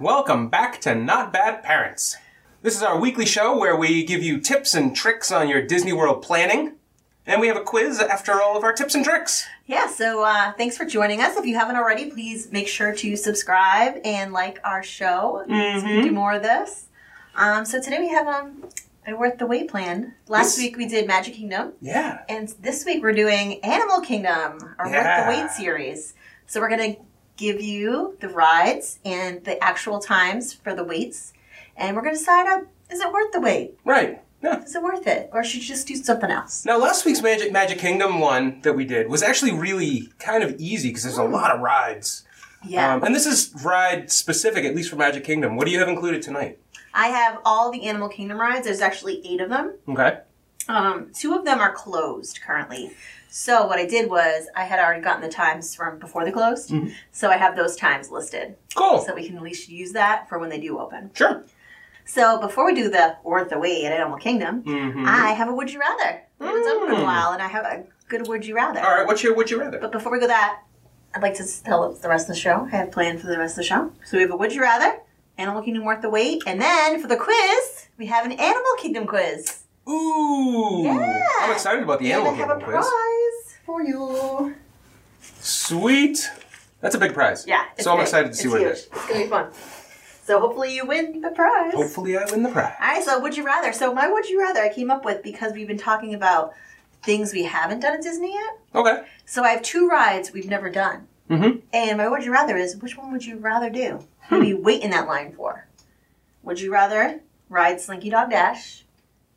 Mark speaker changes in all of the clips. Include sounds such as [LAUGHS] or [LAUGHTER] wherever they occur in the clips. Speaker 1: Welcome back to Not Bad Parents. This is our weekly show where we give you tips and tricks on your Disney World planning. And we have a quiz after all of our tips and tricks.
Speaker 2: Yeah, so uh, thanks for joining us. If you haven't already, please make sure to subscribe and like our show so
Speaker 1: Mm-hmm.
Speaker 2: we can do more of this. Um, so today we have um, a Worth the Wait plan. Last
Speaker 1: This-
Speaker 2: week we did Magic Kingdom,
Speaker 1: Yeah.
Speaker 2: and this week we're doing Animal Kingdom, our
Speaker 1: Yeah.
Speaker 2: Worth the Wait series. So we're going to give you the rides and the actual times for the waits, and we're going to decide uh, is it worth the wait?
Speaker 1: Right. Yeah.
Speaker 2: Is it worth it? Or should you just do something else?
Speaker 1: Now, last week's Magic Magic Kingdom one that we did was actually really kind of easy because there's a lot of rides.
Speaker 2: Yeah.
Speaker 1: Um, and this is ride specific, at least for Magic Kingdom. What do you have included tonight?
Speaker 2: I have all the Animal Kingdom rides. There's actually eight of them.
Speaker 1: Okay.
Speaker 2: Um, two of them are closed currently. So what I did was I had already gotten the times from before they closed,
Speaker 1: Mm-hmm.
Speaker 2: so I have those times listed,
Speaker 1: Cool.
Speaker 2: so we can at least use that for when they do open.
Speaker 1: Sure.
Speaker 2: So before we do the worth the wait at Animal Kingdom,
Speaker 1: Mm-hmm.
Speaker 2: I have a would you rather. We haven't done one in a while, and I have a good would you rather.
Speaker 1: Mm. All right. What's your Would you rather?
Speaker 2: But before we go that, I'd like to tell the rest of the show. I have planned for the rest of the show. So we have a would you rather, Animal Kingdom worth the wait, and then for the quiz we have an Animal Kingdom quiz.
Speaker 1: Ooh.
Speaker 2: Yeah.
Speaker 1: I'm excited about the
Speaker 2: And
Speaker 1: Animal
Speaker 2: I have a
Speaker 1: Kingdom quiz.
Speaker 2: prize for you.
Speaker 1: Sweet. That's a big prize.
Speaker 2: Yeah. it's
Speaker 1: So I'm
Speaker 2: big.
Speaker 1: excited to see
Speaker 2: It's
Speaker 1: what it
Speaker 2: huge.
Speaker 1: is.
Speaker 2: It's gonna be fun. So hopefully you win the prize.
Speaker 1: Hopefully, I win the prize.
Speaker 2: [LAUGHS] All right. So would you rather? So my would you rather I came up with because we've been talking about things we haven't done at Disney yet.
Speaker 1: Okay.
Speaker 2: So I have two rides we've never done.
Speaker 1: Mhm.
Speaker 2: And my would you rather is which one would you rather do? Who
Speaker 1: Hmm.
Speaker 2: do you wait in that line for? Would you rather ride Slinky Dog Dash,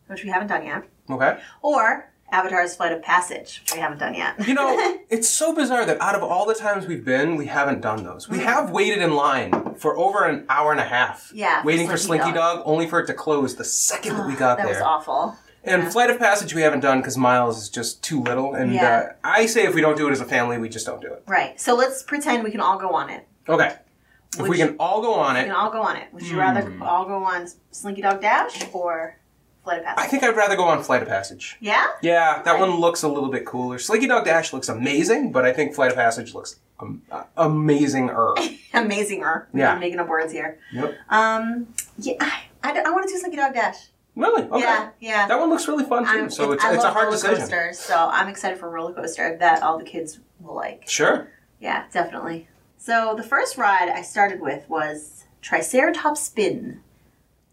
Speaker 2: which we haven't done yet,
Speaker 1: Okay.
Speaker 2: or Avatar's Flight of Passage, which we haven't done yet?
Speaker 1: You
Speaker 2: [LAUGHS]
Speaker 1: know, it's so bizarre that out of all the times we've been, we haven't done those.
Speaker 2: Mm-hmm.
Speaker 1: We have waited in line for over an hour and a half.
Speaker 2: Yeah, for
Speaker 1: Waiting for
Speaker 2: Slinky
Speaker 1: Slinky Dog. only for it to close the second
Speaker 2: [GASPS]
Speaker 1: that we got
Speaker 2: that
Speaker 1: there.
Speaker 2: was awful.
Speaker 1: And Flight of Passage we haven't done because Miles is just too little. And
Speaker 2: Yeah.
Speaker 1: uh, I say if we don't do it as a family, we just don't do it.
Speaker 2: Right. So let's pretend we can all go on it.
Speaker 1: Okay. If we
Speaker 2: Which-
Speaker 1: can all go on
Speaker 2: We
Speaker 1: it, Hmm.
Speaker 2: can all go on it. Would you rather all go on Slinky Dog Dash or Flight of
Speaker 1: I
Speaker 2: Passage?
Speaker 1: think I'd rather go on Flight of Passage.
Speaker 2: Yeah? [LAUGHS]
Speaker 1: Yeah, that one looks a little bit cooler. Slinky Dog Dash looks amazing, but I think Flight of Passage looks um, uh,
Speaker 2: [LAUGHS]
Speaker 1: amazing-er.
Speaker 2: Amazing. Or
Speaker 1: Yeah.
Speaker 2: I'm making up words here.
Speaker 1: yep.
Speaker 2: Um, yeah, I, I, want to do Slinky Dog Dash.
Speaker 1: Really? Okay.
Speaker 2: Yeah, yeah.
Speaker 1: That one looks really fun too.
Speaker 2: I'm-
Speaker 1: so
Speaker 2: it-
Speaker 1: it's,
Speaker 2: I
Speaker 1: it's a
Speaker 2: love
Speaker 1: hard
Speaker 2: roller
Speaker 1: decision.
Speaker 2: coasters, so I'm excited for roller coaster that all the kids will like.
Speaker 1: Sure.
Speaker 2: Yeah, definitely. So the first ride I started with was Triceratops Spin.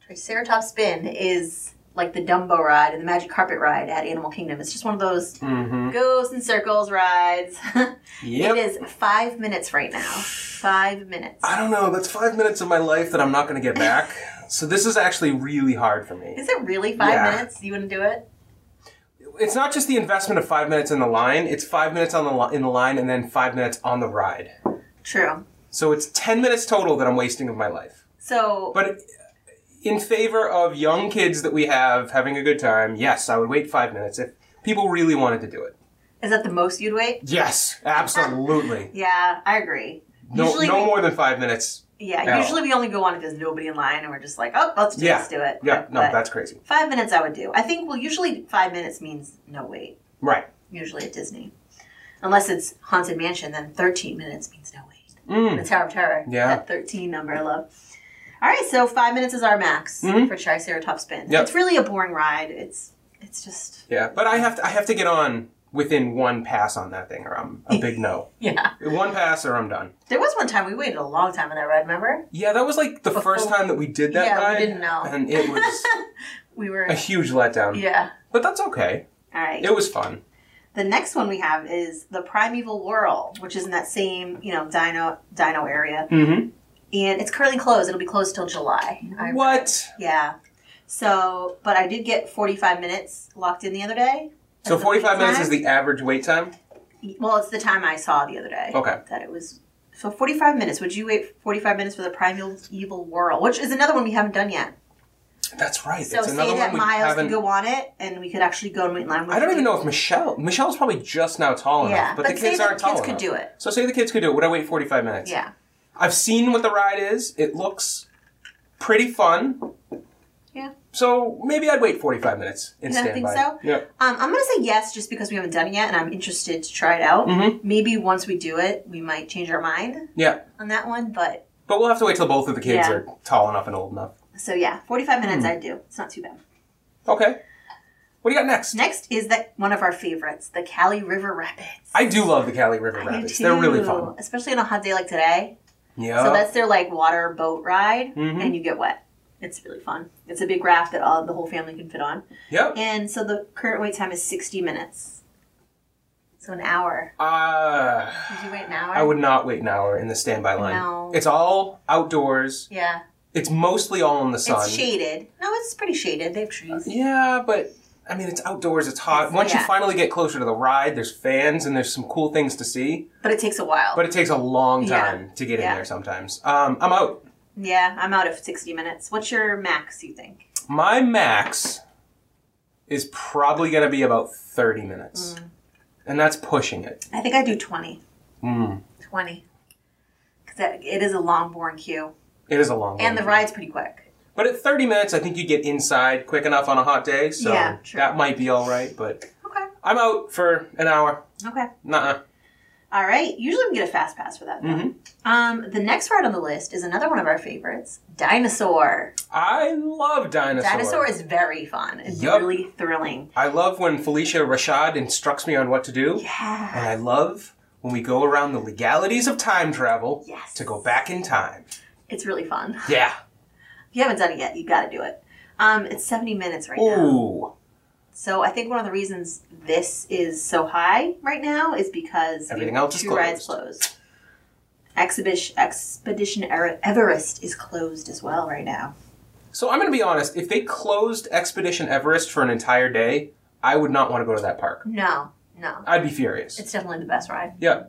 Speaker 2: Triceratops Spin is like the Dumbo ride and the Magic Carpet ride at Animal Kingdom. It's just one of those
Speaker 1: Mm-hmm.
Speaker 2: goes in circles rides. [LAUGHS] It
Speaker 1: Yep.
Speaker 2: is five minutes right now. Five minutes.
Speaker 1: I don't know. That's five minutes of my life that I'm not going to get
Speaker 2: [LAUGHS]
Speaker 1: back. so this is actually really hard for me.
Speaker 2: Is it really five
Speaker 1: Yeah.
Speaker 2: minutes? You wouldn't do it?
Speaker 1: It's not just the investment of five minutes in the line. It's five minutes on the li- in the line and then five minutes on the ride.
Speaker 2: True.
Speaker 1: So it's ten minutes total that I'm wasting of my life.
Speaker 2: So
Speaker 1: But in favor of young kids that we have having a good time, yes, I would wait five minutes if people really wanted to do it.
Speaker 2: is that the most you'd wait?
Speaker 1: Yes, absolutely.
Speaker 2: Yeah, I agree.
Speaker 1: [LAUGHS] no,
Speaker 2: Usually
Speaker 1: no
Speaker 2: we-
Speaker 1: more than five minutes.
Speaker 2: Yeah,
Speaker 1: No.
Speaker 2: usually we only go on if there's nobody in line and we're just like, oh, let's do,
Speaker 1: Yeah.
Speaker 2: let's do it.
Speaker 1: Yeah, no,
Speaker 2: But
Speaker 1: that's crazy.
Speaker 2: five minutes I would do. I think, well, usually five minutes means no wait,
Speaker 1: Right.
Speaker 2: usually at Disney. Unless it's Haunted Mansion, then 13 minutes means no wait.
Speaker 1: Mm.
Speaker 2: The Tower of Terror.
Speaker 1: Yeah.
Speaker 2: That 13 number I love. All right, so five minutes is our max for Triceratops Spin.
Speaker 1: Mm-hmm. Yep.
Speaker 2: It's really a boring ride. It's it's just
Speaker 1: Yeah, but I have to. I have to get on within one pass on that thing, or I'm a big
Speaker 2: [LAUGHS]
Speaker 1: no.
Speaker 2: yeah.
Speaker 1: one pass, or I'm done.
Speaker 2: There was one time we waited a long time on that ride. Remember?
Speaker 1: Yeah, that was like the first time that we did that.
Speaker 2: Oh. Yeah, we
Speaker 1: ride,
Speaker 2: didn't know.
Speaker 1: and it
Speaker 2: [LAUGHS]
Speaker 1: was
Speaker 2: We
Speaker 1: a
Speaker 2: were
Speaker 1: huge letdown.
Speaker 2: yeah.
Speaker 1: but that's okay.
Speaker 2: All right.
Speaker 1: It was fun.
Speaker 2: The next one we have is the Primeval Whirl, which is in that same you know dino dino area,
Speaker 1: Mm-hmm.
Speaker 2: and it's currently closed. It'll be closed till July. I-
Speaker 1: What?
Speaker 2: Yeah. So, but I did get 45 minutes locked in the other day.
Speaker 1: So
Speaker 2: That's the
Speaker 1: 45
Speaker 2: wait
Speaker 1: minutes
Speaker 2: time.
Speaker 1: is the average wait time.
Speaker 2: well, it's the time I saw the other day.
Speaker 1: Okay.
Speaker 2: That it was so 45 minutes. Would you wait 45 minutes for the Primeval Whirl, which is another one we haven't done yet?
Speaker 1: That's right.
Speaker 2: So
Speaker 1: it's
Speaker 2: say
Speaker 1: another one
Speaker 2: that
Speaker 1: we
Speaker 2: Miles
Speaker 1: haven't.
Speaker 2: could go on it, and we could actually go and wait in line. With
Speaker 1: I don't
Speaker 2: you.
Speaker 1: even know if Michelle. Michelle's probably just now tall
Speaker 2: Yeah,
Speaker 1: enough, but,
Speaker 2: but
Speaker 1: the
Speaker 2: say
Speaker 1: kids
Speaker 2: the
Speaker 1: aren't tall
Speaker 2: kids could
Speaker 1: enough.
Speaker 2: do it.
Speaker 1: So say the kids could do it. Would I wait 45 minutes?
Speaker 2: Yeah.
Speaker 1: I've seen what the ride is. It looks pretty fun.
Speaker 2: Yeah.
Speaker 1: So maybe I'd wait 45 minutes and
Speaker 2: Yeah, I
Speaker 1: stand
Speaker 2: think
Speaker 1: by.
Speaker 2: so.
Speaker 1: Yeah.
Speaker 2: Um, I'm gonna say yes, just because we haven't done it yet, and I'm interested to try it out.
Speaker 1: Mhm.
Speaker 2: Maybe once we do it, we might change our mind
Speaker 1: Yeah.
Speaker 2: on that one. But
Speaker 1: But we'll have to wait till both of the kids
Speaker 2: Yeah.
Speaker 1: are tall enough and old enough.
Speaker 2: So yeah, 45 minutes
Speaker 1: Hmm.
Speaker 2: I'd do. It's not too bad.
Speaker 1: Okay. What do you got next?
Speaker 2: Next is that one of our favorites, the Cali River Rapids.
Speaker 1: I do love the Cali River
Speaker 2: I do
Speaker 1: Rapids. They're really
Speaker 2: too,
Speaker 1: fun.
Speaker 2: Especially on a hot day like today.
Speaker 1: Yeah.
Speaker 2: So that's their like water boat ride
Speaker 1: Mhm.
Speaker 2: and you get wet. It's really fun. It's a big raft that all the whole family can fit on.
Speaker 1: yep.
Speaker 2: And so the current wait time is 60 minutes. So an hour.
Speaker 1: Uh,
Speaker 2: Did you wait an hour?
Speaker 1: I would not wait an hour in the standby line.
Speaker 2: No.
Speaker 1: It's all outdoors.
Speaker 2: Yeah.
Speaker 1: It's mostly all in the sun.
Speaker 2: It's shaded. No, it's pretty shaded. They have trees.
Speaker 1: Yeah, but I mean, it's outdoors. It's hot.
Speaker 2: It's-
Speaker 1: Once you
Speaker 2: yeah.
Speaker 1: finally get closer to the ride, there's fans and there's some cool things to see.
Speaker 2: But it takes a while.
Speaker 1: But it takes a long
Speaker 2: Yeah.
Speaker 1: time to get in
Speaker 2: Yeah.
Speaker 1: there sometimes. Um, I'm out.
Speaker 2: yeah, I'm out of 60 minutes. What's your max, you think?
Speaker 1: My max is probably going to be about 30 minutes.
Speaker 2: Mm.
Speaker 1: And that's pushing it.
Speaker 2: I think I do 20.
Speaker 1: Mm.
Speaker 2: 20. Because it is a long, boring queue.
Speaker 1: It is a long
Speaker 2: And the
Speaker 1: one.
Speaker 2: ride's pretty quick.
Speaker 1: But at 30 minutes, I think you get inside quick enough on a hot day, so
Speaker 2: Yeah, true.
Speaker 1: that might be all right. But
Speaker 2: Okay.
Speaker 1: I'm out for an hour.
Speaker 2: Okay.
Speaker 1: Nuh-uh.
Speaker 2: All right. Usually we get a fast pass for that. though.
Speaker 1: Mhm.
Speaker 2: Um, the next ride on the list is another one of our favorites, Dinosaur.
Speaker 1: I love dinosaur.
Speaker 2: Dinosaur is very fun. It's
Speaker 1: Yup.
Speaker 2: really thrilling.
Speaker 1: I love when Felicia Rashad instructs me on what to do,
Speaker 2: Yeah.
Speaker 1: and I love when we go around the legalities of time travel
Speaker 2: Yes.
Speaker 1: to go back in time.
Speaker 2: It's really fun. If
Speaker 1: Yeah.
Speaker 2: you haven't done it yet, you got to do it. Um, it's 70 minutes right now.
Speaker 1: Ooh.
Speaker 2: So I think one of the reasons this is so high right now is because
Speaker 1: Everything
Speaker 2: we have
Speaker 1: else is
Speaker 2: two rides closed. Exhibition Expedition Ever- Everest is closed as well right now.
Speaker 1: So I'm going to be honest. If they closed Expedition Everest for an entire day, I would not want to go to that park.
Speaker 2: No, no,
Speaker 1: I'd be furious.
Speaker 2: it's definitely the best ride.
Speaker 1: yeah.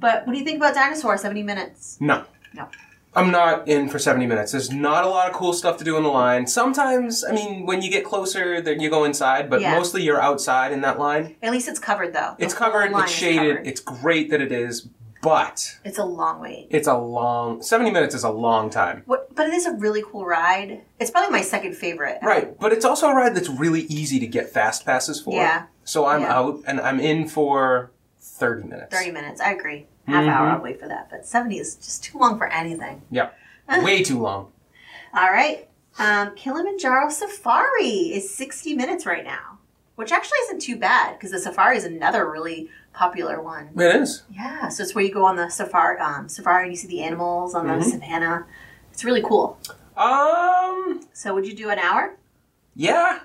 Speaker 2: But what do you think about Dinosaur? Seventy minutes.
Speaker 1: No.
Speaker 2: No.
Speaker 1: I'm not in for 70 minutes. There's not a lot of cool stuff to do in the line. Sometimes, I mean, when you get closer, then you go inside, but
Speaker 2: Yeah.
Speaker 1: mostly you're outside in that line.
Speaker 2: At least it's covered though. The
Speaker 1: It's
Speaker 2: whole
Speaker 1: covered,
Speaker 2: line
Speaker 1: it's
Speaker 2: is
Speaker 1: shaded,
Speaker 2: covered.
Speaker 1: it's great that it is, but
Speaker 2: It's a long wait.
Speaker 1: it's a long 70 minutes is a long time.
Speaker 2: What, but it is a really cool ride. It's probably my second favorite.
Speaker 1: Right, but it's also a ride that's really easy to get fast passes for.
Speaker 2: Yeah.
Speaker 1: So I'm
Speaker 2: Yeah.
Speaker 1: out and I'm in for 30 minutes.
Speaker 2: Thirty minutes. I agree. Half
Speaker 1: Mm-hmm.
Speaker 2: hour. I'll wait for that. But seventy is just too long for anything.
Speaker 1: Yeah. [LAUGHS] Way too long.
Speaker 2: All right. Um, Kilimanjaro Safari is 60 minutes right now, which actually isn't too bad because the safari is another really popular one.
Speaker 1: It is.
Speaker 2: Yeah, so it's where you go on the safari, um, safari and you see the animals on the
Speaker 1: Mm-hmm.
Speaker 2: savannah. It's really cool.
Speaker 1: Um
Speaker 2: So would you do an hour?
Speaker 1: yeah.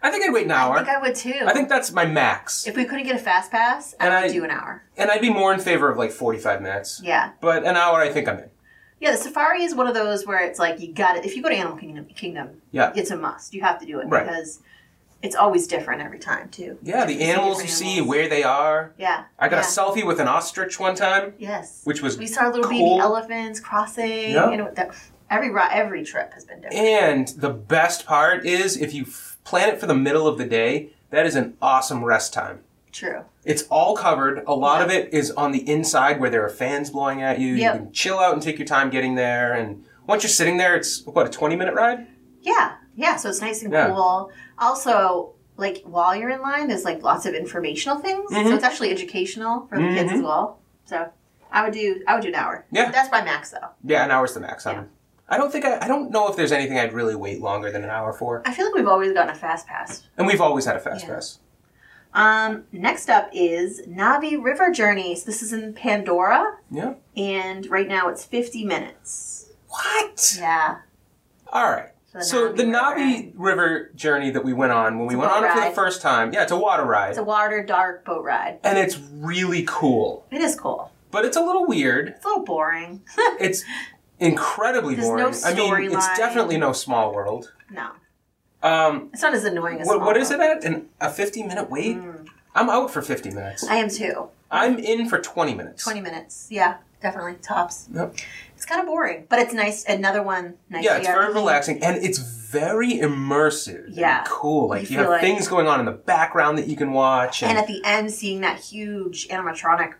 Speaker 1: I think I'd wait an hour.
Speaker 2: I think I would too.
Speaker 1: I think that's my max.
Speaker 2: if we couldn't get a fast pass, I
Speaker 1: And
Speaker 2: would
Speaker 1: I-
Speaker 2: do an hour.
Speaker 1: And I'd be more in favor of like 45 minutes.
Speaker 2: Yeah,
Speaker 1: But an hour, I think I'm in.
Speaker 2: yeah. The safari is one of those where it's like you got it. If you go to Animal Kingdom, Kingdom,
Speaker 1: Yeah.
Speaker 2: it's a must. You have to do it
Speaker 1: Right.
Speaker 2: because it's always different every time too.
Speaker 1: Yeah, the
Speaker 2: Different-
Speaker 1: animals you
Speaker 2: different
Speaker 1: see,
Speaker 2: animals.
Speaker 1: where they are.
Speaker 2: Yeah,
Speaker 1: I got
Speaker 2: yeah.
Speaker 1: a selfie with an ostrich one time,
Speaker 2: Yes.
Speaker 1: which was
Speaker 2: We saw little
Speaker 1: cool.
Speaker 2: baby elephants crossing.
Speaker 1: Yeah.
Speaker 2: And that, every ri- every trip has been different.
Speaker 1: And the best part is if you f- plan it for the middle of the day, that is an awesome rest time.
Speaker 2: True.
Speaker 1: It's all covered. A lot of it is on the inside where there are fans blowing at you.
Speaker 2: Yep.
Speaker 1: You can chill out and take your time getting there. And once you're sitting there, it's what, a 20 minute ride?
Speaker 2: Yeah. Yeah. So it's nice and
Speaker 1: Yeah.
Speaker 2: cool. Also, like while you're in line, there's like lots of informational things.
Speaker 1: Mm-hmm.
Speaker 2: So it's actually educational for the kids as well. So I would do I would do an hour.
Speaker 1: Yeah.
Speaker 2: That's my max though.
Speaker 1: Yeah, an hour's the max. I'm, I don't think I, I don't know if there's anything I'd really wait longer than an hour for.
Speaker 2: I feel like we've always gotten a fast pass.
Speaker 1: And we've always had a fast
Speaker 2: Yeah.
Speaker 1: pass.
Speaker 2: Um, next up is Navi River Journeys. This is in Pandora,
Speaker 1: Yeah.
Speaker 2: and right now it's 50 minutes.
Speaker 1: What?
Speaker 2: Yeah.
Speaker 1: All right.
Speaker 2: So
Speaker 1: So
Speaker 2: the Navi
Speaker 1: the
Speaker 2: River
Speaker 1: Navi River journey that we went on when we
Speaker 2: a
Speaker 1: went on
Speaker 2: boat
Speaker 1: it for the
Speaker 2: ride.
Speaker 1: first time, yeah, it's a water ride,
Speaker 2: It's a water dark boat ride.
Speaker 1: and it's really cool.
Speaker 2: It is cool.
Speaker 1: but it's a little weird.
Speaker 2: It's a little boring. [LAUGHS]
Speaker 1: It's incredibly
Speaker 2: There's
Speaker 1: boring.
Speaker 2: no
Speaker 1: I mean, it's
Speaker 2: storyline.
Speaker 1: definitely no small world.
Speaker 2: no,
Speaker 1: Um,
Speaker 2: it's not as annoying as
Speaker 1: what, what
Speaker 2: Smallville.
Speaker 1: is it at? An, a 50 minute wait? I'm out for 50 minutes.
Speaker 2: I am too.
Speaker 1: I'm in for 20 minutes.
Speaker 2: Twenty minutes. Yeah, definitely tops.
Speaker 1: Yep.
Speaker 2: It's kind of boring, but it's nice. Another one. Nice.
Speaker 1: Yeah, it's
Speaker 2: to get.
Speaker 1: very relaxing and it's very immersive. and
Speaker 2: Yeah.
Speaker 1: cool. Like you,
Speaker 2: You
Speaker 1: have
Speaker 2: feel like-
Speaker 1: things going on in the background that you can watch. And,
Speaker 2: And at the end, seeing that huge animatronic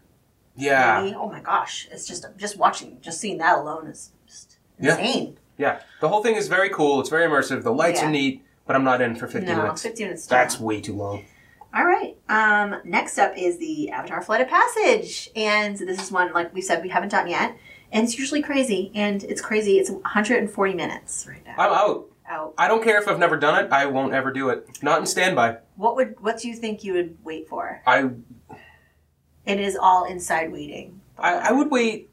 Speaker 1: yeah,
Speaker 2: baby, oh my gosh, it's just just watching, just seeing that alone is just
Speaker 1: Yeah.
Speaker 2: insane.
Speaker 1: yeah. The whole thing is very cool. It's very immersive. The lights
Speaker 2: Yeah.
Speaker 1: are neat, but I'm not in for 50
Speaker 2: No,
Speaker 1: minutes.
Speaker 2: fifty minutes.
Speaker 1: That's
Speaker 2: down.
Speaker 1: way too long.
Speaker 2: all right. Um, next up is the Avatar Flight of Passage, and this is one like we said we haven't done yet. and it's usually crazy. And it's crazy. It's 140 minutes right now.
Speaker 1: I'm out.
Speaker 2: Out.
Speaker 1: I don't care if I've never done it. I won't ever do it. Not in standby.
Speaker 2: What would what do you think you would wait for?
Speaker 1: I
Speaker 2: It is all inside waiting.
Speaker 1: I, I would wait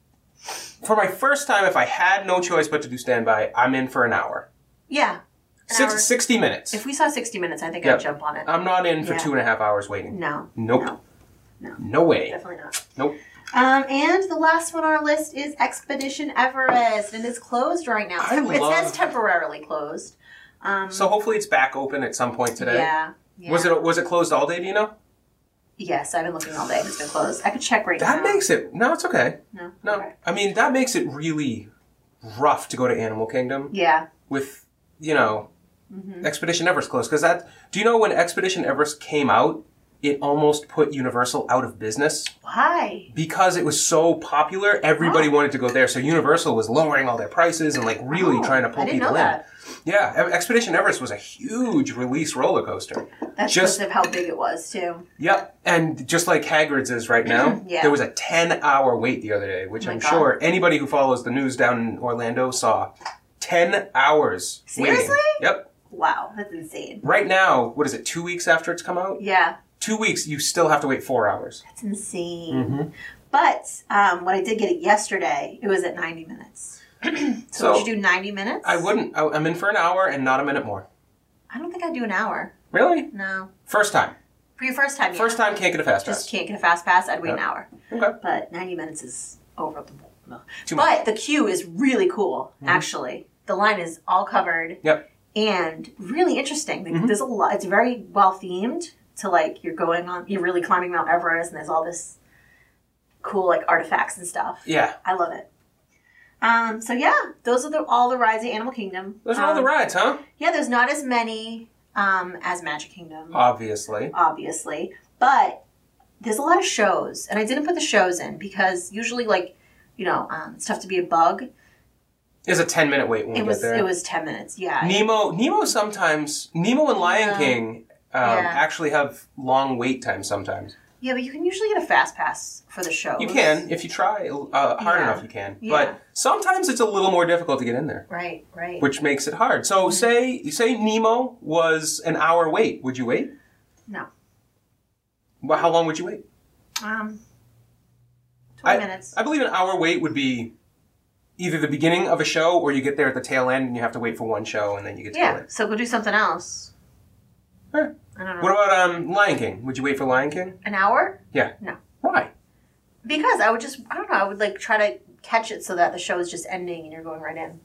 Speaker 1: for my first time if I had no choice but to do standby. I'm in for an hour,
Speaker 2: Yeah. An hour.
Speaker 1: Six, sixty minutes.
Speaker 2: If we saw 60 minutes, I think
Speaker 1: Yeah. Uh,
Speaker 2: I'd jump on it.
Speaker 1: I'm not in for
Speaker 2: Yeah.
Speaker 1: two and a half hours waiting.
Speaker 2: no.
Speaker 1: Nope.
Speaker 2: No.
Speaker 1: No,
Speaker 2: No.
Speaker 1: way.
Speaker 2: Definitely not.
Speaker 1: Nope.
Speaker 2: Um, and the last one on our list is Expedition Everest, and it's closed right now.
Speaker 1: I
Speaker 2: it
Speaker 1: love-
Speaker 2: says temporarily closed. Um,
Speaker 1: So hopefully it's back open at some point today.
Speaker 2: Yeah, yeah.
Speaker 1: Was it was it closed all day? Do you know?
Speaker 2: Yes, I've been looking all day. It's been closed. I could check right
Speaker 1: That
Speaker 2: now.
Speaker 1: makes it no. It's okay.
Speaker 2: no.
Speaker 1: No,
Speaker 2: Okay.
Speaker 1: I mean that makes it really rough to go to Animal Kingdom
Speaker 2: Yeah.
Speaker 1: with you know
Speaker 2: Mm-hmm.
Speaker 1: Expedition Everest closed because that. Do you know when Expedition Everest came out? It almost put Universal out of business
Speaker 2: Why?
Speaker 1: because it was so popular. Everybody
Speaker 2: [GASPS] Oh.
Speaker 1: wanted to go there, so Universal was lowering all their prices and like really
Speaker 2: Oh,
Speaker 1: trying to pull
Speaker 2: I didn't
Speaker 1: people
Speaker 2: know that.
Speaker 1: in. Yeah, E- Expedition Everest was a huge release roller coaster.
Speaker 2: That's
Speaker 1: Just-
Speaker 2: just of how big it was too.
Speaker 1: Yep, and just like Hagrid's is right now,
Speaker 2: [CLEARS THROAT] Yeah.
Speaker 1: there was a 10 hour wait the other day, which
Speaker 2: my
Speaker 1: I'm
Speaker 2: God.
Speaker 1: sure anybody who follows the news down in Orlando saw. 10 hours
Speaker 2: Seriously?
Speaker 1: waiting. Yep.
Speaker 2: Wow, that's insane.
Speaker 1: Right now, what is it, two weeks after it's come out?
Speaker 2: Yeah,
Speaker 1: Two weeks, you still have to wait four hours.
Speaker 2: that's insane.
Speaker 1: Mm-hmm.
Speaker 2: But um, when I did get it yesterday, it was at 90 minutes. [CLEARS THROAT] so,
Speaker 1: So-
Speaker 2: would you do 90 minutes?
Speaker 1: I wouldn't. I, I'm in for an hour and not a minute more.
Speaker 2: I don't think I'd do an hour.
Speaker 1: Really?
Speaker 2: No.
Speaker 1: First time.
Speaker 2: For your first time, yeah.
Speaker 1: First time can't get a fast
Speaker 2: Just
Speaker 1: pass.
Speaker 2: can't get a fast pass. I'd wait an
Speaker 1: Yeah.
Speaker 2: hour.
Speaker 1: Okay.
Speaker 2: But 90 minutes is over the
Speaker 1: Too much. Mm-hmm.
Speaker 2: But the queue is really cool, actually. The line is all covered
Speaker 1: Yep.
Speaker 2: and really interesting. Like,
Speaker 1: Mm-hmm.
Speaker 2: There's a lot. It's very well themed to like you're going on. You're really climbing Mount Everest, and there's all this cool like artifacts and stuff.
Speaker 1: Yeah.
Speaker 2: I love it. Um, so yeah, those are the, all the rides at Animal Kingdom.
Speaker 1: Those are all the
Speaker 2: Um,
Speaker 1: rides, huh?
Speaker 2: Yeah, there's not as many um, as Magic Kingdom
Speaker 1: Obviously.
Speaker 2: obviously. But there's a lot of shows, and I didn't put the shows in because usually, like, you know, um, it's tough to be a bug.
Speaker 1: It's a 10 minute wait when we
Speaker 2: it
Speaker 1: get
Speaker 2: was
Speaker 1: there.
Speaker 2: it was ten minutes. Yeah,
Speaker 1: Nemo, Nemo sometimes, Nemo and Lion
Speaker 2: Yeah.
Speaker 1: King um,
Speaker 2: Yeah.
Speaker 1: actually have long wait times sometimes.
Speaker 2: yeah, but you can usually get a fast pass for the shows.
Speaker 1: You can, if you try uh, hard
Speaker 2: Yeah.
Speaker 1: enough, you can.
Speaker 2: Yeah.
Speaker 1: But sometimes it's a little more difficult to get in there,
Speaker 2: Right, right.
Speaker 1: which makes it hard.
Speaker 2: Mm-hmm.
Speaker 1: So say, you say Nemo was an hour wait. Would you wait?
Speaker 2: no,
Speaker 1: Well, how long would you wait?
Speaker 2: um,
Speaker 1: I,
Speaker 2: twenty minutes.
Speaker 1: I believe an hour wait would be either the beginning of a show or you get there at the tail end and you have to wait for one show and then you get to
Speaker 2: yeah,
Speaker 1: go in.
Speaker 2: so go do something else.
Speaker 1: Huh.
Speaker 2: I don't know.
Speaker 1: What about um, Lion King? Would you wait for Lion King?
Speaker 2: An hour?
Speaker 1: Yeah.
Speaker 2: No.
Speaker 1: Why?
Speaker 2: Because I would just I don't know. I would like try to catch it so that the show is just ending and you're going right in.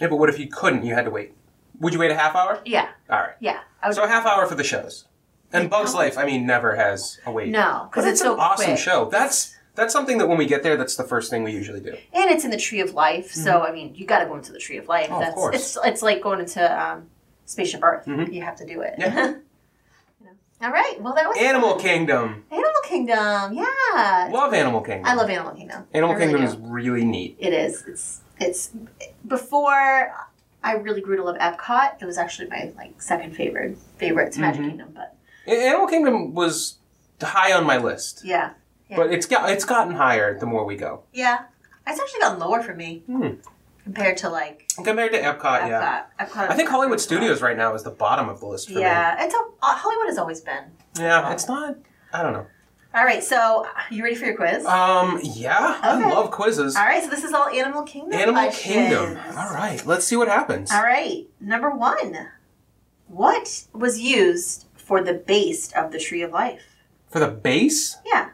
Speaker 1: Yeah, but what if you couldn't? You had to wait. Would you wait a half hour?
Speaker 2: Yeah,
Speaker 1: All right.
Speaker 2: yeah. I would
Speaker 1: So a half hour for the shows. And Bugs Life, I mean, never has a wait.
Speaker 2: no
Speaker 1: But
Speaker 2: because it's,
Speaker 1: an
Speaker 2: so
Speaker 1: awesome
Speaker 2: quick.
Speaker 1: show. That's that's something that when we get there, that's the first thing we usually do.
Speaker 2: and it's in the tree of life. So I mean, you got to go into the tree of life.
Speaker 1: Mm-hmm. Oh, of
Speaker 2: That's,
Speaker 1: course. Mm-hmm.
Speaker 2: It's it's like going into um, spaceship Earth. You have to do it.
Speaker 1: Yeah.
Speaker 2: You know. [LAUGHS] All right. Well, that was
Speaker 1: Animal Kingdom,
Speaker 2: Animal Kingdom. Yeah.
Speaker 1: love Animal Kingdom.
Speaker 2: I love Animal Kingdom.
Speaker 1: Animal
Speaker 2: I really
Speaker 1: Kingdom
Speaker 2: do.
Speaker 1: is really neat.
Speaker 2: It is. It's it's before I really grew to love Epcot. It was actually my like second favorite favorite to
Speaker 1: Mm-hmm.
Speaker 2: Magic Kingdom, but
Speaker 1: A- Animal Kingdom was high on my list,
Speaker 2: yeah, yeah,
Speaker 1: but it's got it's gotten higher the more we go
Speaker 2: yeah. It's actually gotten lower for me
Speaker 1: Hmm.
Speaker 2: compared to like
Speaker 1: compared to Epcot.
Speaker 2: Epcot.
Speaker 1: Yeah,
Speaker 2: Epcot.
Speaker 1: I think Hollywood Studios right now is the bottom of the list for
Speaker 2: Yeah, it's a, uh, Hollywood has always been.
Speaker 1: me. Yeah, it's not. I don't know.
Speaker 2: All right, so uh, you ready for your quiz?
Speaker 1: Um, yeah, I
Speaker 2: Okay.
Speaker 1: love quizzes.
Speaker 2: all right, so this is all Animal Kingdom.
Speaker 1: Animal
Speaker 2: questions.
Speaker 1: Kingdom. All right, let's see what happens.
Speaker 2: All right, number one. What was used for the base of the Tree of Life?
Speaker 1: For the base,
Speaker 2: Yeah.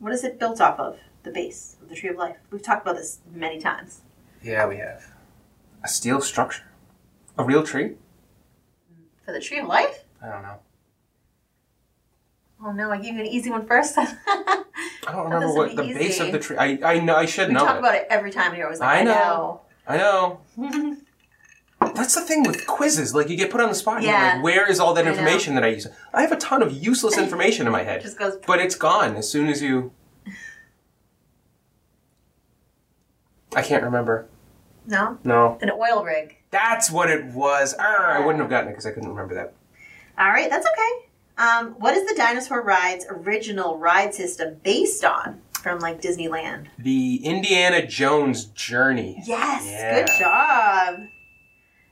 Speaker 2: What is it built off of? The base of the Tree of Life. We've talked about this many times.
Speaker 1: Yeah, we have. A steel structure? A real tree?
Speaker 2: For the Tree of Life?
Speaker 1: I don't know.
Speaker 2: Oh no, I gave you an easy one first. [LAUGHS] we
Speaker 1: I don't
Speaker 2: this
Speaker 1: remember
Speaker 2: would
Speaker 1: what
Speaker 2: be
Speaker 1: the base
Speaker 2: easy.
Speaker 1: of the tree. I I know I should know
Speaker 2: talk
Speaker 1: it.
Speaker 2: about it every time, and you're always like,
Speaker 1: I
Speaker 2: I know.
Speaker 1: know. I know. [LAUGHS] That's the thing with quizzes. Like you get put on the spot. And
Speaker 2: Yeah.
Speaker 1: you're like, where is all that
Speaker 2: I know.
Speaker 1: information that I use? I have a ton of useless information in my head,
Speaker 2: It just goes.
Speaker 1: but it's gone as soon as you. I can't remember.
Speaker 2: No?
Speaker 1: No,
Speaker 2: An oil rig.
Speaker 1: that's what it was. Arr, I wouldn't have gotten it because I couldn't remember that.
Speaker 2: All right, that's okay. Um, what is the dinosaur ride's original ride system based on? from like Disneyland.
Speaker 1: The Indiana Jones Journey.
Speaker 2: Yes,
Speaker 1: Yeah.
Speaker 2: good job.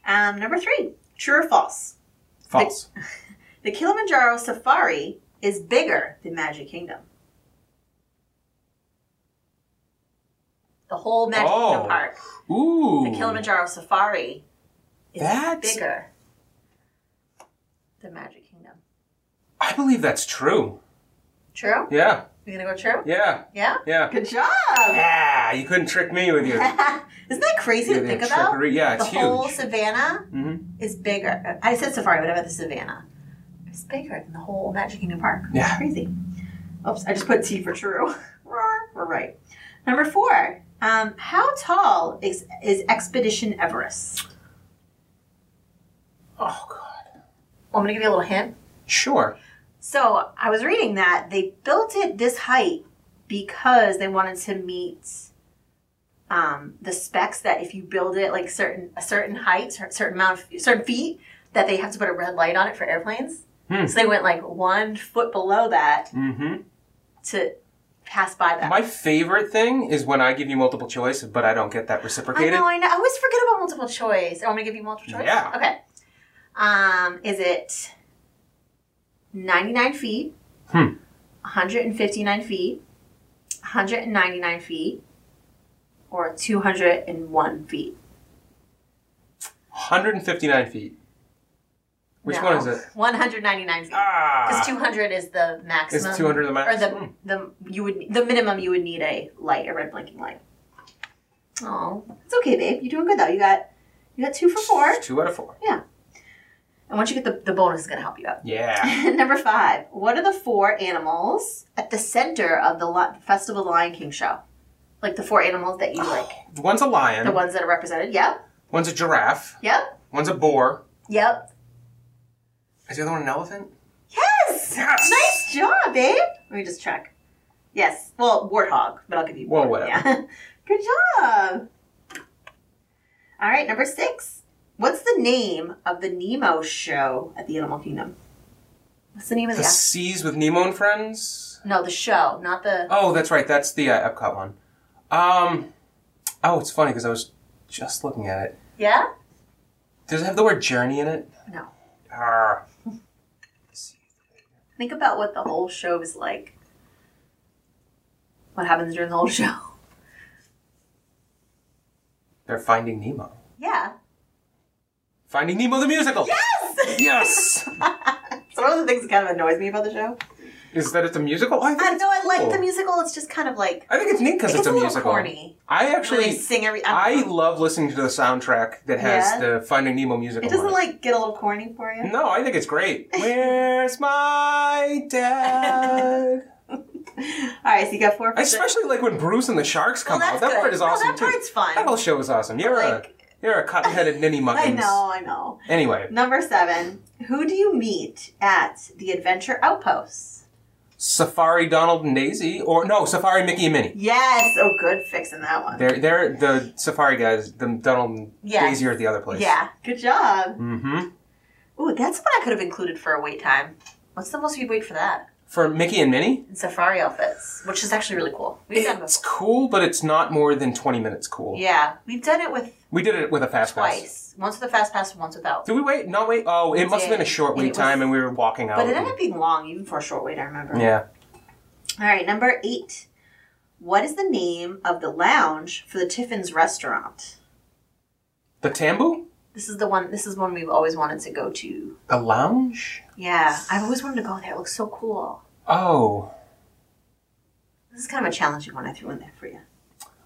Speaker 2: Um, number three, true or false?
Speaker 1: False.
Speaker 2: The Kilimanjaro Safari is bigger than Magic Kingdom. The whole Magic
Speaker 1: Oh.
Speaker 2: Kingdom park.
Speaker 1: Ooh.
Speaker 2: The Kilimanjaro Safari is
Speaker 1: That's-
Speaker 2: bigger than Magic Kingdom.
Speaker 1: I believe that's true.
Speaker 2: True?
Speaker 1: Yeah.
Speaker 2: You're gonna go true?
Speaker 1: Yeah.
Speaker 2: Yeah?
Speaker 1: Yeah.
Speaker 2: Good job!
Speaker 1: Yeah. You couldn't trick me with
Speaker 2: [LAUGHS]
Speaker 1: your.
Speaker 2: Isn't that crazy
Speaker 1: Yeah,
Speaker 2: to
Speaker 1: they
Speaker 2: think
Speaker 1: have
Speaker 2: about?
Speaker 1: trickery. Yeah, it's
Speaker 2: the whole
Speaker 1: huge.
Speaker 2: savannah
Speaker 1: Mhm.
Speaker 2: is bigger. I said safari, but I meant the savannah. It's bigger than the whole Magic Kingdom Park.
Speaker 1: Yeah.
Speaker 2: Crazy. Oops, I just put T for true. [LAUGHS] Roar, We're right. Number four. Um, how tall is, is Expedition Everest?
Speaker 1: Oh God.
Speaker 2: Well, I'm going to give you a little hint.
Speaker 1: Sure.
Speaker 2: So I was reading that they built it this height because they wanted to meet um, the specs that if you build it like certain a certain height, cer- certain amount, of, certain feet, that they have to put a red light on it for airplanes.
Speaker 1: Hmm.
Speaker 2: So they went like one foot below that
Speaker 1: Mm-hmm.
Speaker 2: to pass by that.
Speaker 1: My favorite thing is when I give you multiple choice, but I don't get that
Speaker 2: I
Speaker 1: reciprocated.
Speaker 2: know, I know. I always forget about multiple choice. I want to give you multiple choice.
Speaker 1: Yeah.
Speaker 2: Okay. Um, is it 99 feet?
Speaker 1: Hmm.
Speaker 2: 159 feet? 199 feet? Or 201 feet?
Speaker 1: 159 feet. Which
Speaker 2: No.
Speaker 1: one is it?
Speaker 2: 199 feet.
Speaker 1: Ah.
Speaker 2: Because 200 is the maximum.
Speaker 1: 200 the max?
Speaker 2: Or the,
Speaker 1: Hmm.
Speaker 2: the, you would, the minimum you would need a light, a red blinking light. Oh, it's okay, babe. You're doing good, though. You got, you got two for four.
Speaker 1: Two out of four.
Speaker 2: And once you get the, the bonus, is going to help you out. [LAUGHS]
Speaker 1: Yeah.
Speaker 2: Number five. What are the four animals at the center of the Li- Festival of the Lion King show? Like the four animals that you
Speaker 1: Oh.
Speaker 2: like.
Speaker 1: One's a lion.
Speaker 2: The ones that are represented. Yep.
Speaker 1: One's a giraffe.
Speaker 2: Yep.
Speaker 1: One's a boar.
Speaker 2: Yep.
Speaker 1: Is the other one an elephant?
Speaker 2: Yes!
Speaker 1: Yes!
Speaker 2: Nice job, babe. Let me just check. Yes. Well, warthog, but I'll give you.
Speaker 1: Well,
Speaker 2: warthog,
Speaker 1: whatever.
Speaker 2: Yeah. [LAUGHS] Good job. All right, number six. What's the name of the Nemo show at the Animal Kingdom? What's the name of
Speaker 1: The
Speaker 2: the?
Speaker 1: seas with Nemo and friends.
Speaker 2: No, the show, not the.
Speaker 1: Oh, that's right. That's the uh, Epcot one. Um. Oh, it's funny because I was just looking at it.
Speaker 2: Yeah.
Speaker 1: Does it have the word journey in it? Ah,
Speaker 2: No.
Speaker 1: Arr.
Speaker 2: Think about what the whole show is like. What happens during the whole show?
Speaker 1: They're finding Nemo.
Speaker 2: [LAUGHS] Yeah.
Speaker 1: Finding Nemo the musical.
Speaker 2: Yes! [LAUGHS]
Speaker 1: Yes.
Speaker 2: It's one of the things that kind of annoys me about the show.
Speaker 1: Is that it's a musical? I think
Speaker 2: I
Speaker 1: it's
Speaker 2: know I like the
Speaker 1: cool.
Speaker 2: musical, it's just kind of like.
Speaker 1: I think it's neat because
Speaker 2: It
Speaker 1: it's
Speaker 2: gets
Speaker 1: a,
Speaker 2: a little
Speaker 1: musical.
Speaker 2: corny.
Speaker 1: I
Speaker 2: Actually,
Speaker 1: actually,
Speaker 2: sing every.
Speaker 1: I
Speaker 2: don't know.
Speaker 1: love listening to the soundtrack that has
Speaker 2: Yeah?
Speaker 1: the Finding Nemo musical.
Speaker 2: It doesn't
Speaker 1: on
Speaker 2: like get a little corny for you.
Speaker 1: No, I think it's great. Where's my
Speaker 2: [LAUGHS]
Speaker 1: dad?
Speaker 2: All right, so you got four.
Speaker 1: I Mm-hmm. especially like when Bruce and the Sharks come
Speaker 2: Well,
Speaker 1: out.
Speaker 2: that's
Speaker 1: That
Speaker 2: good.
Speaker 1: part is
Speaker 2: No,
Speaker 1: awesome
Speaker 2: that
Speaker 1: too.
Speaker 2: part's fun.
Speaker 1: That whole show is awesome. You're
Speaker 2: like-
Speaker 1: a you're a cotton-headed ninny
Speaker 2: [LAUGHS] I
Speaker 1: muckins.
Speaker 2: know, I know.
Speaker 1: Anyway,
Speaker 2: Number seven. Who do you meet at the Adventure Outposts?
Speaker 1: Safari Donald and Daisy, or no, Safari Mickey and Minnie.
Speaker 2: Yes. Oh, good fixing that one.
Speaker 1: They're they're the Safari guys. The Donald and
Speaker 2: Yes.
Speaker 1: Daisy are at the other place.
Speaker 2: Yeah. Good job.
Speaker 1: Mm-hmm.
Speaker 2: Ooh, that's what I could have included for a wait time. What's the most you'd wait for that?
Speaker 1: For Mickey and Minnie,
Speaker 2: in safari outfits, which is actually really cool. We've done
Speaker 1: it's
Speaker 2: this.
Speaker 1: cool, but it's not more than twenty minutes cool.
Speaker 2: Yeah, we've done it with
Speaker 1: We did it with a fast pass.
Speaker 2: twice. Once with a fast pass, and once without.
Speaker 1: Did we wait? Not wait. Oh, it must have been a short
Speaker 2: And it
Speaker 1: wait
Speaker 2: was-
Speaker 1: time, and we were walking out.
Speaker 2: But it ended up being long, even for a short wait. I remember.
Speaker 1: yeah.
Speaker 2: All right, number eight. What is the name of the lounge for the Tiffin's restaurant?
Speaker 1: The Tambu?
Speaker 2: This is the one. This is one we've always wanted to go to.
Speaker 1: The lounge?
Speaker 2: Yeah, I've always wanted to go there. It looks so cool.
Speaker 1: Oh.
Speaker 2: This is kind of a challenging one I threw in there for you.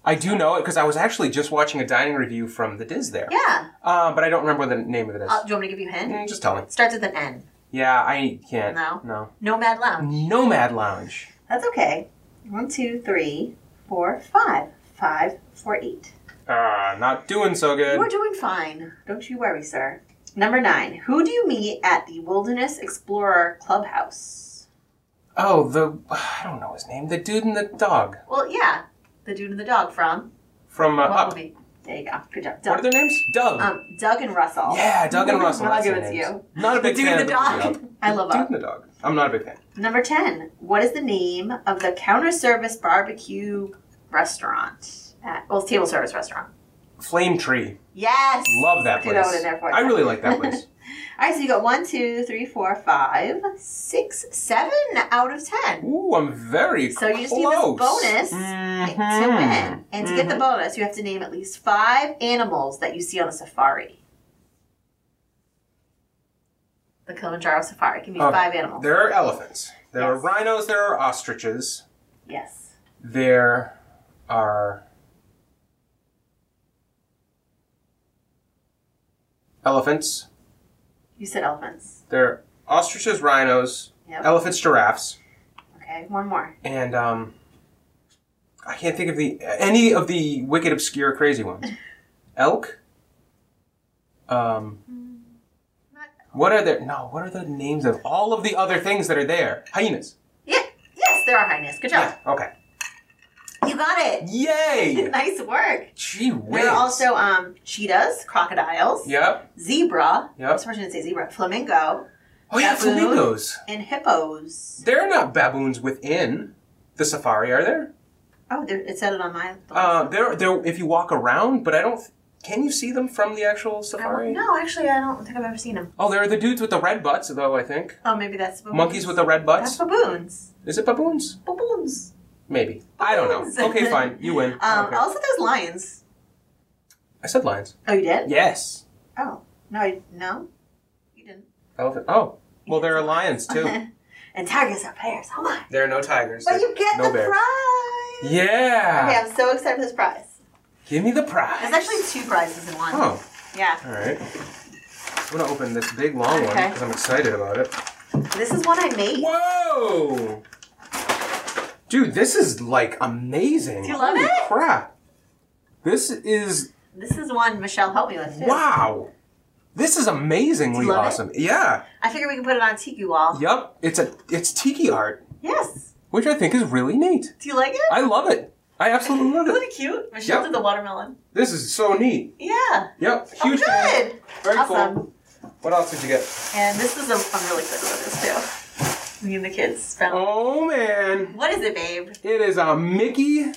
Speaker 1: I do know it because I was actually just watching a dining review from the Diz there.
Speaker 2: Yeah.
Speaker 1: Uh, but I don't remember the name of it is.
Speaker 2: Uh, do you want me to give you a hint?
Speaker 1: Mm, just tell me.
Speaker 2: It starts with an N.
Speaker 1: Yeah, I can't.
Speaker 2: No.
Speaker 1: No.
Speaker 2: Nomad Lounge.
Speaker 1: Nomad Lounge.
Speaker 2: That's okay. One, two, three, four, five. Five, four, eight.
Speaker 1: Ah, not doing so
Speaker 2: You're
Speaker 1: good.
Speaker 2: doing fine. Don't you worry, sir. Number nine. Who do you meet at the Wilderness Explorer Clubhouse?
Speaker 1: Oh, the [SIGHS] I don't know his name. The dude and the dog
Speaker 2: Well, yeah. The dude and the dog from
Speaker 1: from uh,
Speaker 2: what
Speaker 1: Up.
Speaker 2: movie? There you go. Good job.
Speaker 1: What are
Speaker 2: Doug.
Speaker 1: their names? Doug.
Speaker 2: Um, Doug and Russell.
Speaker 1: yeah, Doug and Russell.
Speaker 2: [LAUGHS] I'll
Speaker 1: that's
Speaker 2: give
Speaker 1: their
Speaker 2: it to
Speaker 1: names.
Speaker 2: you.
Speaker 1: Not
Speaker 2: [LAUGHS]
Speaker 1: a big
Speaker 2: Dude
Speaker 1: fan
Speaker 2: and the
Speaker 1: of the
Speaker 2: dog. I love
Speaker 1: Dude
Speaker 2: up.
Speaker 1: and the dog. I'm not a big fan.
Speaker 2: Number 10. What is the name of the counter service barbecue restaurant? At, well, it's table service restaurant.
Speaker 1: Flame Tree.
Speaker 2: Yes.
Speaker 1: Love that
Speaker 2: Put
Speaker 1: place.
Speaker 2: that one in there for
Speaker 1: I
Speaker 2: you.
Speaker 1: really like that
Speaker 2: [LAUGHS]
Speaker 1: place.
Speaker 2: All right, so you got one, two, three, four, five, six, seven out of 10.
Speaker 1: Ooh, I'm very
Speaker 2: So you just need this
Speaker 1: close.
Speaker 2: bonus
Speaker 1: Mhm.
Speaker 2: to win. And to get the bonus, you have to name at least five animals that you see on a safari. The Kilimanjaro Safari. Give me
Speaker 1: Okay.
Speaker 2: five
Speaker 1: Oh,
Speaker 2: animals.
Speaker 1: Mm-hmm. There are elephants. There are
Speaker 2: Yes.
Speaker 1: rhinos. There are ostriches.
Speaker 2: Yes.
Speaker 1: There are elephants.
Speaker 2: You said elephants.
Speaker 1: There are ostriches, rhinos,
Speaker 2: Yep.
Speaker 1: elephants, giraffes,
Speaker 2: Okay, one more.
Speaker 1: and um, I can't think of the any of the wicked, obscure, crazy
Speaker 2: [LAUGHS]
Speaker 1: ones. Elk. Um. What are their no? What are the names of all of the other things that are there? Hyenas.
Speaker 2: Yeah. Yes, there are hyenas. Good job.
Speaker 1: Okay.
Speaker 2: You got it.
Speaker 1: Yay!
Speaker 2: [LAUGHS] nice work.
Speaker 1: Gee whiz.
Speaker 2: There are also um, cheetahs, crocodiles,
Speaker 1: Yep.
Speaker 2: zebra.
Speaker 1: Yep.
Speaker 2: I'm surprised you didn't say zebra. Flamingo
Speaker 1: Oh yeah,
Speaker 2: Baboon.
Speaker 1: flamingos.
Speaker 2: and hippos.
Speaker 1: They're not baboons within the safari, are there?
Speaker 2: Oh, there, it said it on my.
Speaker 1: Uh, they're they're if you walk around, but I don't. Can you see them from the actual safari?
Speaker 2: no, actually, I don't think I've ever seen them.
Speaker 1: Oh, they're the dudes with the red butts, though. I think
Speaker 2: Oh, maybe that's baboons.
Speaker 1: monkeys with the red
Speaker 2: That's
Speaker 1: butts.
Speaker 2: baboons.
Speaker 1: Is it baboons?
Speaker 2: Baboons.
Speaker 1: Maybe. I don't
Speaker 2: Baboons.
Speaker 1: know. Okay, fine. You win.
Speaker 2: [LAUGHS] Um,
Speaker 1: Okay.
Speaker 2: Also, there's lions.
Speaker 1: I said lions.
Speaker 2: Oh, you did?
Speaker 1: Yes.
Speaker 2: Oh no, I, no, you didn't.
Speaker 1: Elephant. Oh. Well, there are lions
Speaker 2: [LAUGHS]
Speaker 1: too.
Speaker 2: And tigers are bears. Oh my!
Speaker 1: there are no tigers.
Speaker 2: But you get
Speaker 1: no
Speaker 2: the
Speaker 1: bears.
Speaker 2: prize. Okay,
Speaker 1: Yeah.
Speaker 2: I'm so excited for this prize.
Speaker 1: Give me the prize.
Speaker 2: There's actually two prizes in one.
Speaker 1: Oh.
Speaker 2: Yeah.
Speaker 1: All right. I'm gonna open this big long one
Speaker 2: Okay.
Speaker 1: because I'm excited about it.
Speaker 2: This is one I made.
Speaker 1: Whoa! Dude, this is like amazing.
Speaker 2: Do you love
Speaker 1: Holy
Speaker 2: it?
Speaker 1: crap. This is
Speaker 2: This is one Michelle helped me with too.
Speaker 1: wow. This is amazingly
Speaker 2: love it?
Speaker 1: awesome. Yeah.
Speaker 2: I figure we can put it on a tiki wall.
Speaker 1: Yep. It's a it's tiki art,
Speaker 2: Yes.
Speaker 1: which I think is really neat.
Speaker 2: Do you like it?
Speaker 1: I love it. I absolutely love
Speaker 2: Isn't
Speaker 1: it.
Speaker 2: it cute? Michelle
Speaker 1: Yep.
Speaker 2: did the watermelon.
Speaker 1: This is so neat.
Speaker 2: Yeah.
Speaker 1: Yep.
Speaker 2: Oh,
Speaker 1: Huge fan.
Speaker 2: good.
Speaker 1: Very
Speaker 2: awesome.
Speaker 1: cool. What else did you get?
Speaker 2: And this is a, I'm really excited about this too. Me and the kids found.
Speaker 1: Oh man.
Speaker 2: What is it, babe?
Speaker 1: It is a Mickey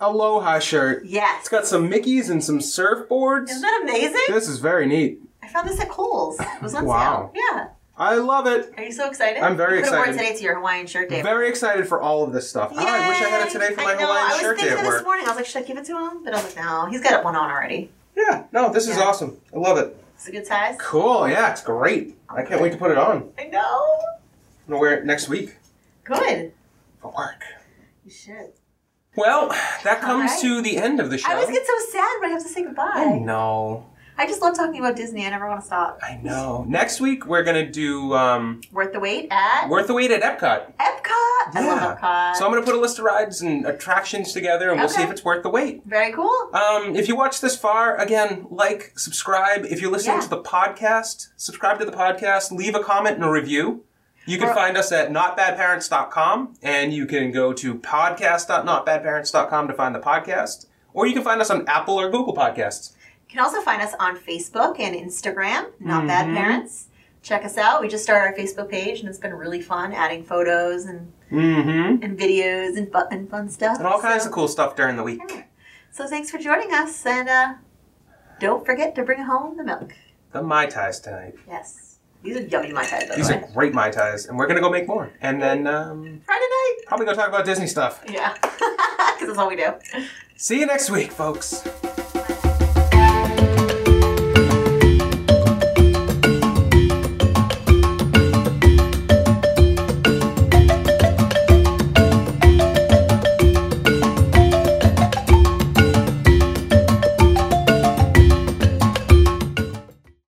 Speaker 1: Aloha shirt.
Speaker 2: Yes.
Speaker 1: It's got some Mickeys and some surfboards.
Speaker 2: Isn't that amazing?
Speaker 1: This is very neat.
Speaker 2: I found this at Kohl's. It was on
Speaker 1: Wow.
Speaker 2: sale. Yeah.
Speaker 1: I love it.
Speaker 2: Are you so excited?
Speaker 1: I'm very
Speaker 2: you could have worn
Speaker 1: excited.
Speaker 2: today to your Hawaiian shirt day.
Speaker 1: Very excited for all of this stuff. Ah, I wish I had it today for
Speaker 2: Yay!
Speaker 1: my
Speaker 2: I know.
Speaker 1: Hawaiian
Speaker 2: I was
Speaker 1: shirt day
Speaker 2: thinking
Speaker 1: at
Speaker 2: this
Speaker 1: work.
Speaker 2: morning. I was like, should I give it to him? But I was like, no, he's got one on already.
Speaker 1: Yeah, no, this is
Speaker 2: Yeah.
Speaker 1: awesome. I love it.
Speaker 2: It's a good size.
Speaker 1: Cool, yeah, it's great. I can't wait to put it on. I'm
Speaker 2: I know.
Speaker 1: gonna wear it next week
Speaker 2: Good.
Speaker 1: for work.
Speaker 2: You should.
Speaker 1: Well, that comes
Speaker 2: right.
Speaker 1: to the end of the show.
Speaker 2: I always get so sad when I have to say goodbye.
Speaker 1: I know,
Speaker 2: I just love talking about Disney. I never want to stop.
Speaker 1: I know. Next week we're gonna do um,
Speaker 2: Worth the wait at
Speaker 1: Worth the Wait at Epcot.
Speaker 2: Epcot. I love Epcot.
Speaker 1: So I'm gonna put a list of rides and attractions together, and we'll see
Speaker 2: Uh, Okay.
Speaker 1: if it's worth the wait.
Speaker 2: Very cool.
Speaker 1: Um, if you watch this far, again, like, subscribe. If you're listening
Speaker 2: Yeah.
Speaker 1: to the podcast, subscribe to the podcast, leave a comment and a review. You can
Speaker 2: Or-
Speaker 1: find us at notbadparents.com and you can go to podcast.notbadparents.com to find the podcast. Or you can find us on Apple or Google Podcasts.
Speaker 2: You can also find us on Facebook and Instagram, Not Bad
Speaker 1: Mm-hmm.
Speaker 2: Parents. Check us out. We just started our Facebook page and it's been really fun adding photos and,
Speaker 1: Mm-hmm.
Speaker 2: and videos and, bu- and fun stuff.
Speaker 1: And all kinds
Speaker 2: So-
Speaker 1: of cool stuff during the week.
Speaker 2: So thanks for joining us and uh, don't forget to bring home the milk.
Speaker 1: The Mai Tais tonight.
Speaker 2: Yes. These are yummy Mai Tais, by the
Speaker 1: These
Speaker 2: way.
Speaker 1: are great Mai Tais, and we're going to go make more. And then um,
Speaker 2: Friday night. [LAUGHS]
Speaker 1: probably go talk about Disney stuff.
Speaker 2: Yeah. Because that's all we do.
Speaker 1: See you next week, folks.